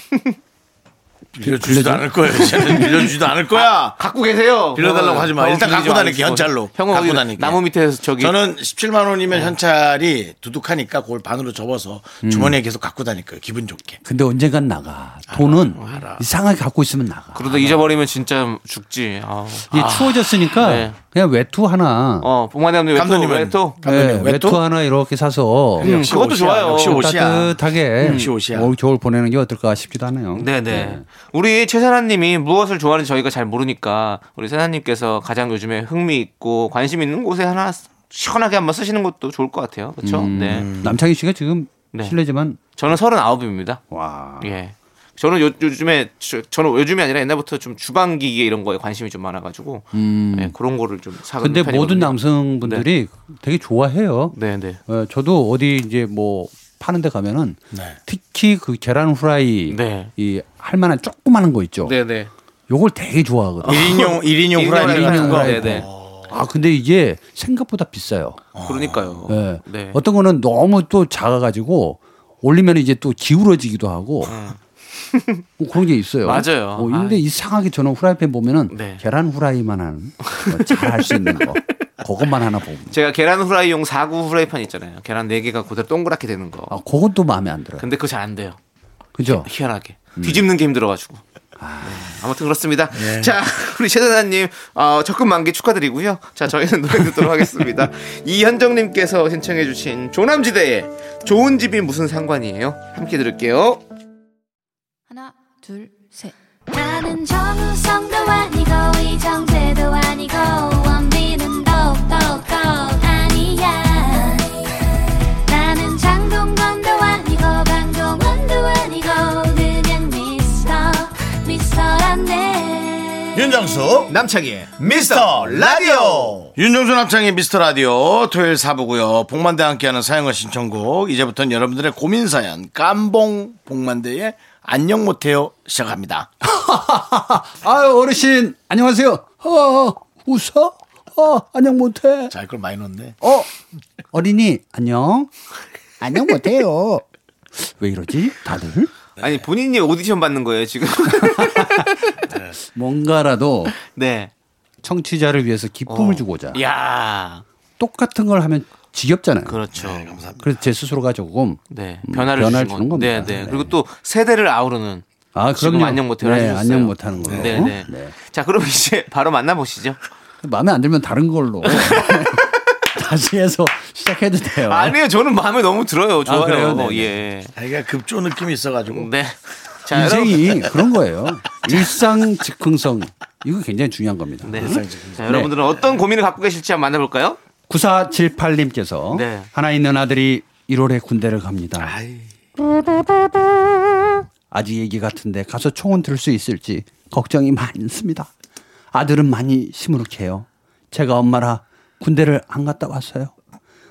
빌려주지도 빌려줘? 않을 거예요. 쟤는 빌려주지도 않을 거야. 갖고 계세요. 빌려달라고 하지 마. 어, 일단 빌리지 갖고 다닐게, 마시고. 현찰로. 형은 갖고 거기 다닐게. 나무 밑에서 저기 저는 17만 원이면 현찰이 두둑하니까 그걸 반으로 접어서 주머니에 계속 갖고 다닐 거예요. 기분 좋게. 근데 언젠간 나가. 아, 돈은 뭐 이상하게 갖고 있으면 나가. 그러다 잊어버리면 진짜 죽지. 아우. 이게 추워졌으니까 네. 그냥 외투 하나. 어, 봉만이 감독님 감독님은? 또 네, 감독님, 외투? 외투 하나 이렇게 사서 음, 그것도 옷이야. 좋아요. 역시 옷이야. 따뜻하게 역시 옷이야. 올 겨울 보내는 게 어떨까 싶기도 하네요. 네네. 우리 최사라님이 무엇을 좋아하는지 저희가 잘 모르니까 우리 세사님께서 가장 요즘에 흥미 있고 관심 있는 곳에 하나 시원하게 한번 쓰시는 것도 좋을 것 같아요. 그렇죠? 네. 음. 남창희 씨가 지금 네. 실례지만 저는 서른아홉입니다. 와 예. 저는 요, 즘에 저는 요즘이 아니라 옛날부터 좀 주방 기계 이런 거에 관심이 좀 많아가지고 예, 그런 거를 좀 사는 음. 근데 편이거든요. 네. 모든 남성분들이 되게 좋아해요. 네네. 어, 저도 어디 이제 뭐 파는 데 가면은 네. 특히 그 계란 후라이 네. 이 할만한 조그마한 거 있죠. 네네. 요걸 되게 좋아하거든요. 1인용, 1인용 일인 어. 후라이 후라이 같은 거. 후라이. 네네. 아 근데 이게 생각보다 비싸요. 그러니까요. 예. 네. 어떤 거는 너무 또 작아가지고 올리면 이제 또 기울어지기도 하고 뭐 그런 게 있어요. 음. 맞아요. 어, 근데 아. 이상하게 저는 후라이팬 보면은 네. 계란 후라이만 하는 잘 할 수 있는 거 그것만 하나 보고 제가 계란 후라이용 사구 후라이팬 있잖아요. 계란 네개가 그대로 동그랗게 되는 거. 아 그건 또 마음에 안 들어요. 근데 그거 잘 안 돼요. 그죠? 희한하게 음. 뒤집는 게 힘들어가지고 네, 아무튼 그렇습니다 자 우리 최선아님 어, 적금 만기 축하드리고요 자 저희는 노래 듣도록 하겠습니다 이현정님께서 신청해 주신 조남지대의 좋은 집이 무슨 상관이에요 함께 들을게요 하나 둘 셋. 나는 정우성도 아니고 이정재도 아니고 원빈은 더욱더 아니야. 나는 장동건도 아니고 강동원도 아니고 그냥 미스터 미스터란데. 어? 윤정수. 남창희의 미스터 라디오 윤종수 남창의 미스터 라디오 토요일 사부고요 복만대 와 함께하는 사연과 신청곡 이제부터는 여러분들의 고민 사연 깜봉 복만대의 안녕 못해요 시작합니다 아유 어르신 안녕하세요. 어, 웃어? 어 안녕 못해. 자 이걸 많이 넣었네 어 어린이 안녕. 안녕 못해요. 왜 이러지? 다들 아니 본인이 오디션 받는 거예요 지금 뭔가라도 네 청취자를 위해서 기쁨을 어. 주고자 이야 똑같은 걸 하면 지겹잖아요. 예. 그렇죠 그래서 제 스스로가 조금 네 네, 음, 변화를, 변화를 주신 주는 건- 겁니다. 네, 네. 네. 그리고 또 세대를 아우르는 아, 지금 그럼요. 안녕 못해요 네, 하셨어요. 안녕 못하는 걸로. 네, 네. 네. 자 그럼 이제 바로 만나보시죠 마음에 안 들면 다른 걸로 네. 다시 해서 시작해도 돼요. 아니요, 저는 마음에 너무 들어요. 좋아요. 그래요? 네네. 예. 자기가 급조 느낌이 있어가지고 네. 자, 여러분. 인생이 그런 거예요. 일상 즉흥성 이거 굉장히 중요한 겁니다. 네. 자, 여러분들은 어떤 고민을 갖고 계실지 한번 만나볼까요? 9478님께서 네. 하나 있는 아들이 1월에 군대를 갑니다. 아직 얘기 같은데 가서 총은 들 수 있을지 걱정이 많습니다. 아들은 많이 시무룩해요. 제가 엄마라 군대를 안 갔다 왔어요.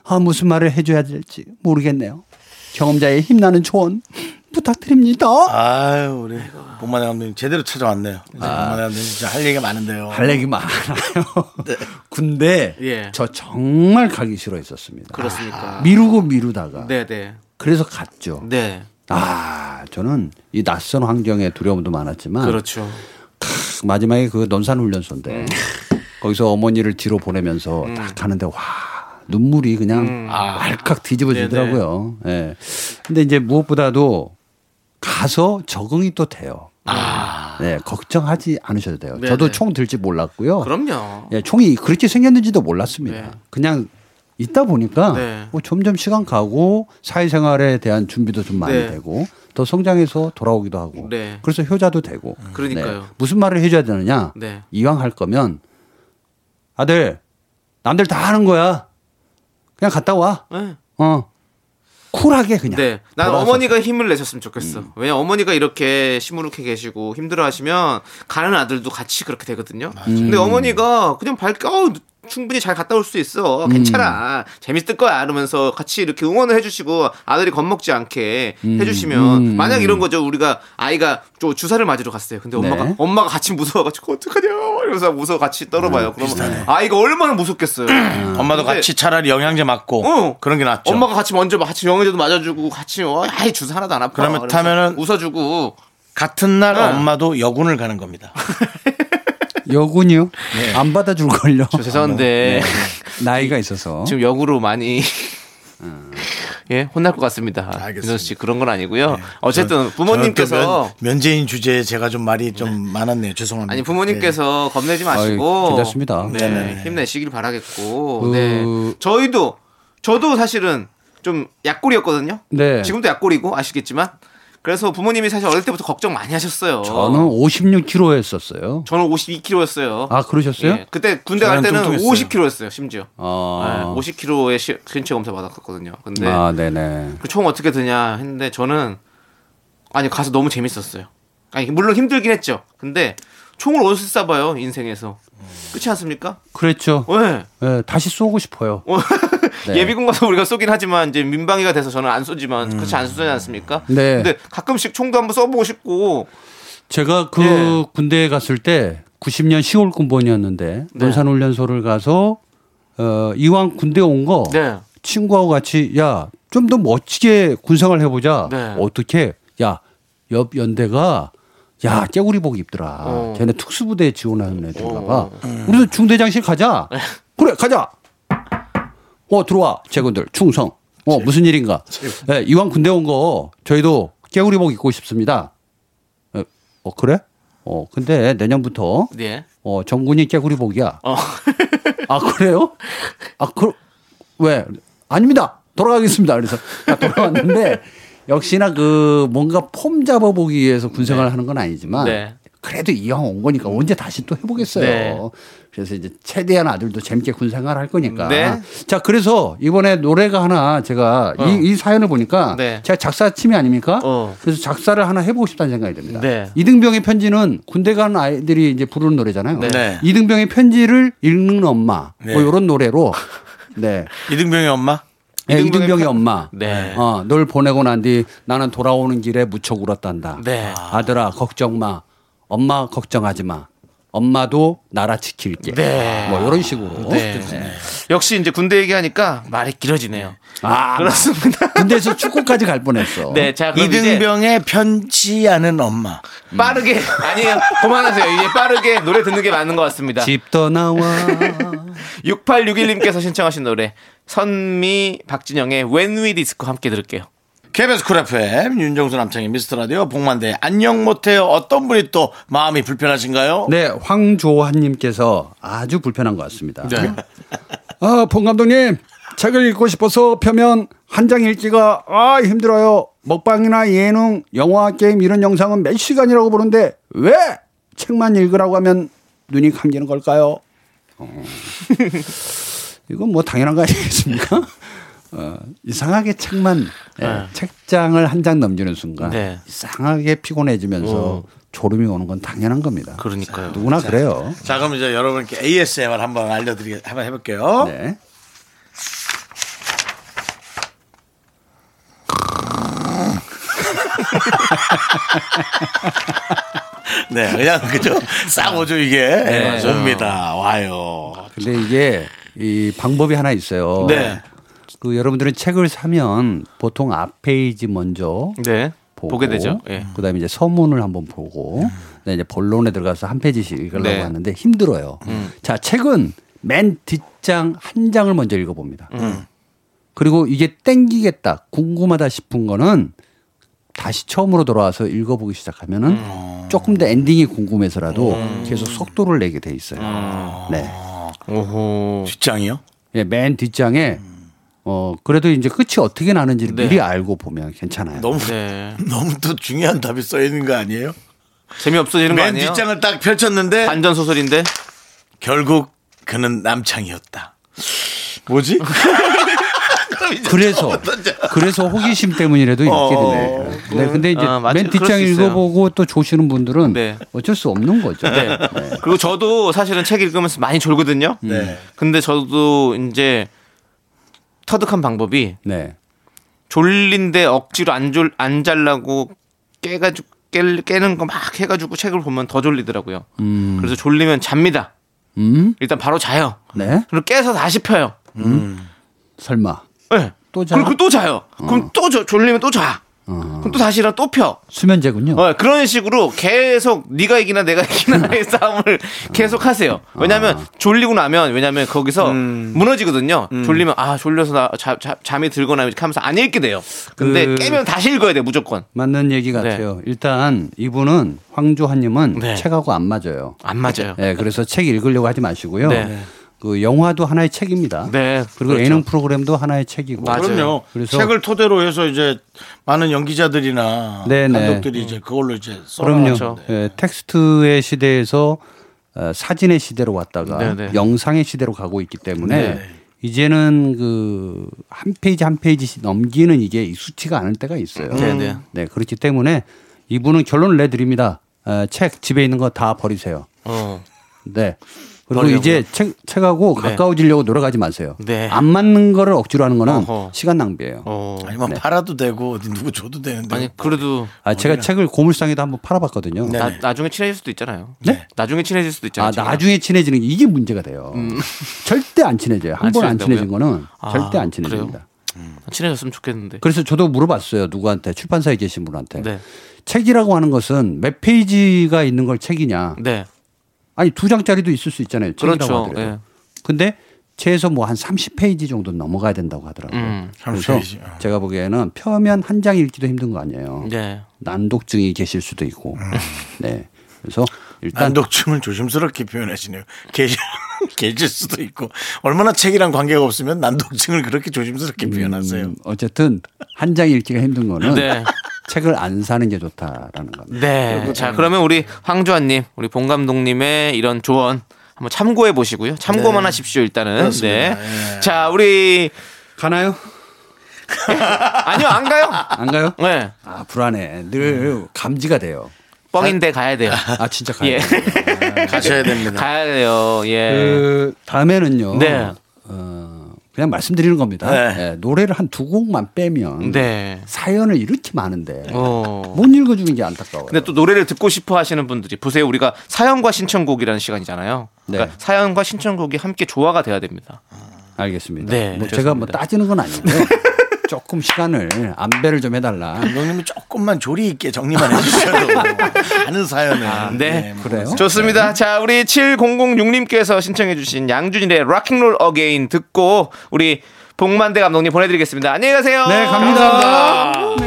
아 무슨 말을 해줘야 될지 모르겠네요. 경험자의 힘나는 조언 부탁드립니다. 아유 우리 복만대 감독님 제대로 찾아왔네요 이제 복만대 감독님 진짜 할 얘기가 많은데요 할 얘기 많아요. 군대 네. 예. 저 정말 가기 싫어했었습니다. 그렇습니까? 미루고 미루다가 네, 네. 그래서 갔죠. 네. 아, 저는 이 낯선 환경에 두려움도 많았지만 그렇죠. 음. 딱 마지막에 그 논산 훈련소인데 거기서 어머니를 뒤로 보내면서 딱 가는데 와 눈물이 그냥 음. 알칵 뒤집어지더라고요. 예. 근데 이제 무엇보다도 가서 적응이 또 돼요. 네, 걱정하지 않으셔도 돼요. 저도 아. 네네. 총 들지 몰랐고요. 그럼요. 예, 총이 그렇게 생겼는지도 몰랐습니다. 네. 그냥 있다 보니까 네. 뭐 점점 시간 가고 사회생활에 대한 준비도 좀 많이 네. 되고 더 성장해서 돌아오기도 하고 네. 음, 그래서 효자도 되고 네. 그러니까요. 무슨 말을 해줘야 되느냐 네. 이왕 할 거면 아들 남들 다 하는 거야 그냥 갔다 와 네. 어 쿨하게 그냥. 음. 네. 난 돌아서. 어머니가 힘을 내셨으면 좋겠어. 왜냐 어머니가 이렇게 시무룩해 계시고 힘들어하시면 가는 아들도 같이 그렇게 되거든요. 음. 근데 어머니가 그냥 밝게 어, 충분히 잘 갔다 올 수 음. 있어. 괜찮아. 재밌을 거야. 이러면서 같이 이렇게 응원을 해주시고 아들이 겁먹지 않게 음. 해주시면 만약 이런 거죠. 우리가 아이가 좀 주사를 맞으러 갔어요. 근데 엄마가 네. 엄마가 같이 무서워가지고 어떡하냐 이러면서 무서워 같이 음, 떨어봐요. 그러면 아이가 얼마나 무섭겠어요. 엄마도 근데 같이 차라리 영양제 맞고 어. 그런 게 낫죠. 엄마가 같이 먼저 막 같이 영양제도 맞아주고 같이 어, 아이 주사 하나도 안 아파. 그러면 그래서 타면은- 웃어주고 같은 날 네. 엄마도 여군을 가는 겁니다. 여군이요? 안 받아줄 걸요. 네. 저 죄송한데 나이가 있어서. 지금 역으로 많이 예 혼날 것 같습니다. 알겠습니다. 윤정 씨 그런 건 아니고요. 어쨌든 부모님께서 저는 또 면, 제인 주제에 제가 좀 말이 좀 많았네요. 죄송합니다. 아니 부모님께서 겁내지 마시고 아이, 괜찮습니다. 네, 네네네. 힘내시길 바라겠고 그- 네 저희도 저도 사실은 좀 약골이었거든요. 네. 지금도 약골이고 아시겠지만 그래서 부모님이 사실 어릴 때부터 걱정 많이 하셨어요. 저는 56kg 했었어요. 저는 52kg였어요. 아, 그러셨어요? 예, 그때 군대 갈 저는 때는 뚱뚱했어요. 50kg였어요, 심지어. 네, 예, 아. 50kg의 신체 검사 받았거든요. 근데 아, 네네. 그 총 어떻게 드냐 했는데 저는 아니 가서 너무 재밌었어요. 아니 물론 힘들긴 했죠. 근데 총을 어디서 쏴봐요 인생에서 그렇지 않습니까? 그랬죠. 왜? 예, 다시 쏘고 싶어요. 네. 예비군 가서 우리가 쏘긴 하지만 이제 민방위가 돼서 저는 안 쏘지만 그렇지 안 쏘지 않습니까? 네. 근데 가끔씩 총도 한번 쏘보고 싶고 제가 그 예. 군대에 갔을 때 90년 10월 네. 군번이었는데 논산 훈련소를 가서 어, 이왕 군대 온 거 네. 친구하고 같이 야 좀 더 멋지게 군생활 해보자. 네. 어떻게 야 옆 연대가 야 깨구리복 입더라. 어. 걔네 특수부대 지원하는 애들인가 봐. 어. 네. 우리도 중대장실 가자. 그래 가자. 어 들어와 제군들 충성. 어 무슨 일인가? 예, 이왕 군대 온 거 저희도 깨구리복 입고 싶습니다. 예, 어 그래? 어 근데 내년부터 네. 어 정군이 깨구리복이야. 어. 아 그래요? 아 그 왜? 아닙니다. 돌아가겠습니다. 그래서 딱 돌아왔는데 역시나 그 뭔가 폼 잡아보기 위해서 군생활을 하는 건 아니지만 네. 그래도 이왕 온 거니까 언제 다시 또 해보겠어요. 네. 그래서 이제 최대한 아들도 재밌게 군생활 할 거니까. 네. 자 그래서 이번에 노래가 하나 제가 이, 이 사연을 보니까 어. 네. 제가 작사 취미 아닙니까? 어. 그래서 작사를 하나 해보고 싶다는 생각이 듭니다. 네. 이등병의 편지는 군대 가는 아이들이 이제 부르는 노래잖아요. 네. 네. 이등병의 편지를 읽는 엄마 뭐 이런 노래로 네 예. 이등병의 엄마? 네, 이등병의 이등병의 편- 엄마 네. 어, 널 보내고 난 뒤 나는 돌아오는 길에 무척 울었단다 네. 아들아 걱정 마 엄마 걱정하지 마 엄마도 나라 지킬게 네. 뭐 이런 식으로 네. 역시 이제 군대 얘기하니까 말이 길어지네요. 아 그렇습니다. 군대에서 축구까지 갈 뻔했어 네, 자 그럼 이제 이등병의 편치 않은 엄마. 음. 빠르게 아니에요 그만하세요 이제 빠르게 노래 듣는 게 맞는 것 같습니다 집 떠나와 6861님께서 신청하신 노래 선미 박진영의 When We Disco 함께 들을게요 KBS 쿨 FM 윤정수 남창희 미스터라디오 복만대 안녕 못해요. 어떤 분이 또 마음이 불편하신가요? 네 황조한님께서 아주 불편한 것 같습니다 아, 봉 감독님, 책을 읽고 싶어서 펴면 한 장 읽기가 아 힘들어요. 먹방이나 예능, 영화, 게임 이런 영상은 몇 시간이라고 보는데 왜 책만 읽으라고 하면 눈이 감기는 걸까요? 어. 이건 뭐 당연한 거 아니겠습니까? 어, 이상하게 책만 예, 책장을 한 장 넘기는 순간 네. 이상하게 피곤해지면서 졸음이 오는 건 당연한 겁니다. 그렇죠. 그러니까요. 누구나 그래요. 자 그럼 이제 여러분께 ASMR 한번 알려드리 한번 해볼게요. 네. 네, 그냥 그죠? 싹 오죠 이게 네, 네, 옵니다 와요. 근데 이게 이 방법이 하나 있어요. 네. 그 여러분들은 책을 사면 보통 앞페이지 먼저 네 보고 보게 되죠 예. 그다음에 이제 서문을 한번 보고 그다음에 이제 본론에 들어가서 한 페이지씩 읽으려고 네. 음. 하는데 힘들어요. 자, 책은 맨 뒷장 한 장을 먼저 읽어 봅니다. 음. 그리고 이게 땡기겠다, 궁금하다 싶은 거는 다시 처음으로 돌아와서 읽어보기 시작하면은 음. 조금 더 엔딩이 궁금해서라도 계속 속도를 내게 돼 있어요. 음. 네. 오호 뒷장이요? 예, 맨 뒷장에 어 그래도 이제 끝이 어떻게 나는지를 미리 알고 보면 괜찮아요. 너무 네 너무 또 중요한 답이 써 있는 거 아니에요? 재미없어지는 거 맨 아니에요 뒷장을 딱 펼쳤는데 반전 소설인데 결국 그는 남창이었다. 뭐지? 그래서 그래서 호기심 때문이라도 읽게 어. 되네. 네, 근데 이제 아, 맞아요. 맨 그럴 뒷장 수 있어요. 읽어보고 또 조시는 분들은 네. 어쩔 수 없는 거죠. 네. 그리고 저도 사실은 책 읽으면서 많이 졸거든요. 근데 저도 이제 터득한 방법이 네. 졸린데 억지로 안, 졸, 안 잘라고 깨가지고 깨, 깨는 거 막 해가지고 책을 보면 더 졸리더라고요. 그래서 졸리면 잡니다. 음? 일단 바로 자요. 네. 그리고 깨서 다시 펴요. 설마 예. 또 자? 그리고 또 자요. 그럼 또 저- 졸리면 또 자. 그럼 또 다시 일어 또 펴. 수면제군요. 어, 그런 식으로 계속 네가 이기나 내가 이기나의 싸움을 계속 하세요. 왜냐하면 졸리고 나면 왜냐하면 거기서 음. 무너지거든요. 졸리면 아 졸려서 나 자, 자- 잠이 들거나 이렇게 하면서 안 읽게 돼요. 근데 그- 깨면 다시 읽어야 돼 무조건. 맞는 얘기 같아요. 일단 이분은 황조한님은 네. 책하고 안 맞아요. 안 맞아요. 네, 그래서 책 읽으려고 하지 마시고요. 네. 그 영화도 하나의 책입니다. 네, 그리고 그렇죠. 예능 프로그램도 하나의 책이고. 맞아요. 그럼요. 그래서- 책을 토대로 해서 이제 많은 연기자들이나 네네. 감독들이 이제 그걸로 이제 그럼요. 써나가죠. 예, 텍스트의 시대에서 어, 사진의 시대로 왔다가 네네. 네. 영상의 시대로 가고 있기 때문에 이제는 그 한 페이지 한 페이지씩 넘기는 이게 익숙치가 않을 때가 있어요. 네네. 네, 그렇기 때문에 이분은 결론을 내드립니다. 어, 책 집에 있는 거 다 버리세요. 어. 네. 그리고 버리려고요? 이제 책, 책하고 가까워지려고 노력하지 마세요. 네. 안 맞는 거를 억지로 하는 거는 어허. 시간 낭비예요. 어. 아니면 팔아도 되고 어디 누구 줘도 되는데 네, 아니 그래도 네. 아, 제가 책을 고물상에도 한번 팔아봤거든요. 나, 나중에 친해질 수도 있잖아요. 네? 나중에 친해질 수도 있잖아요. 아, 제가. 나중에 친해지는 게 이게 문제가 돼요. 절대 안 친해져요. 한 안 번 안 친해진 친해진다고요? 거는 아, 절대 그래요? 안 친해집니다. 친해졌으면 좋겠는데. 그래서 저도 물어봤어요. 누구한테 출판사에 계신 분한테. 네. 책이라고 하는 것은 몇 페이지가 있는 걸 책이냐. 네. 아니 두 장짜리도 있을 수 있잖아요. 책이라고 그렇죠. 하더라도. 예. 근데 최소 뭐 한 30페이지 정도 는 넘어가야 된다고 하더라고요. 음. 그래서 제가 보기에는 표면 한 장 읽기도 힘든 거 아니에요. 네. 난독증이 계실 수도 있고. 네. 그래서 일단 난독증을 조심스럽게 표현하시네요. 계실 계실 수도 있고 얼마나 책이랑 관계가 없으면 난독증을 그렇게 조심스럽게 표현하세요. 음, 어쨌든 한 장 읽기가 힘든 거는 네. 책을 안 사는 게 좋다라는 겁니다. 네. 자, 그러면 우리 황주환님, 우리 봉 감독님의 이런 조언 한번 참고해 보시고요. 참고만 하십시오, 일단은. 네. 자, 우리 가나요? 아니요, 안 가요. 안 가요? 네. 아 불안해. 늘 감지가 돼요. 뻥인데 가야 돼요. 아 진짜 가요. 예. 가셔야 됩니다. 가야 돼요. 예. 그 다음에는요. 네. 어, 그냥 말씀드리는 겁니다. 네. 예, 노래를 한 두 곡만 빼면 네. 사연을 이렇게 많은데 어. 못 읽어주는 게 안타까워요. 근데 또 노래를 듣고 싶어 하시는 분들이 보세요. 우리가 사연과 신청곡이라는 시간이잖아요. 그러니까 네. 사연과 신청곡이 함께 조화가 돼야 됩니다. 알겠습니다. 네, 뭐 제가 뭐 좋습니다. 따지는 건 아닌데 조금 시간을 안배를 좀 해달라. 감독님이 조금만 조리 있게 정리만 해주셔도 아는 사연을 네. 뭐 그래요? 좋습니다. 자, 우리 7006님께서 신청해주신 양준일의 락킹롤 어게인 듣고 우리 복만대 감독님 보내드리겠습니다. 안녕히 가세요. 네, 갑니다. 감사합니다.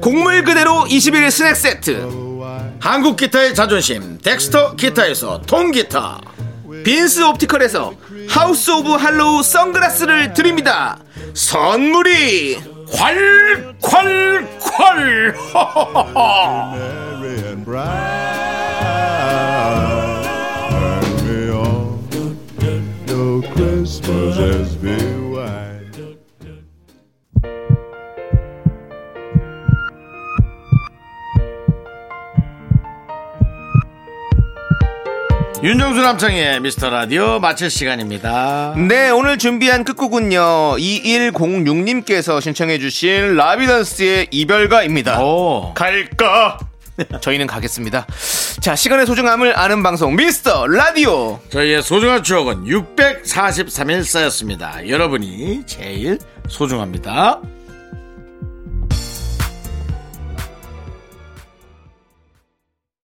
곡물 그대로 21 스낵 세트. 한국 기타의 자존심 덱스터 기타에서 통기타 빈스 옵티컬에서 하우스 오브 할로우 선글라스를 드립니다. 선물이 콸콸콸! 윤정수 남창의 미스터 라디오 마칠 시간입니다. 네, 오늘 준비한 끝곡은요. 2106님께서 신청해 주신 라비던스의 이별가입니다. 오. 갈까? 어, 저희는 가겠습니다. 자, 시간의 소중함을 아는 방송 미스터 라디오. 저희의 소중한 추억은 643일 쌓였습니다. 여러분이 제일 소중합니다.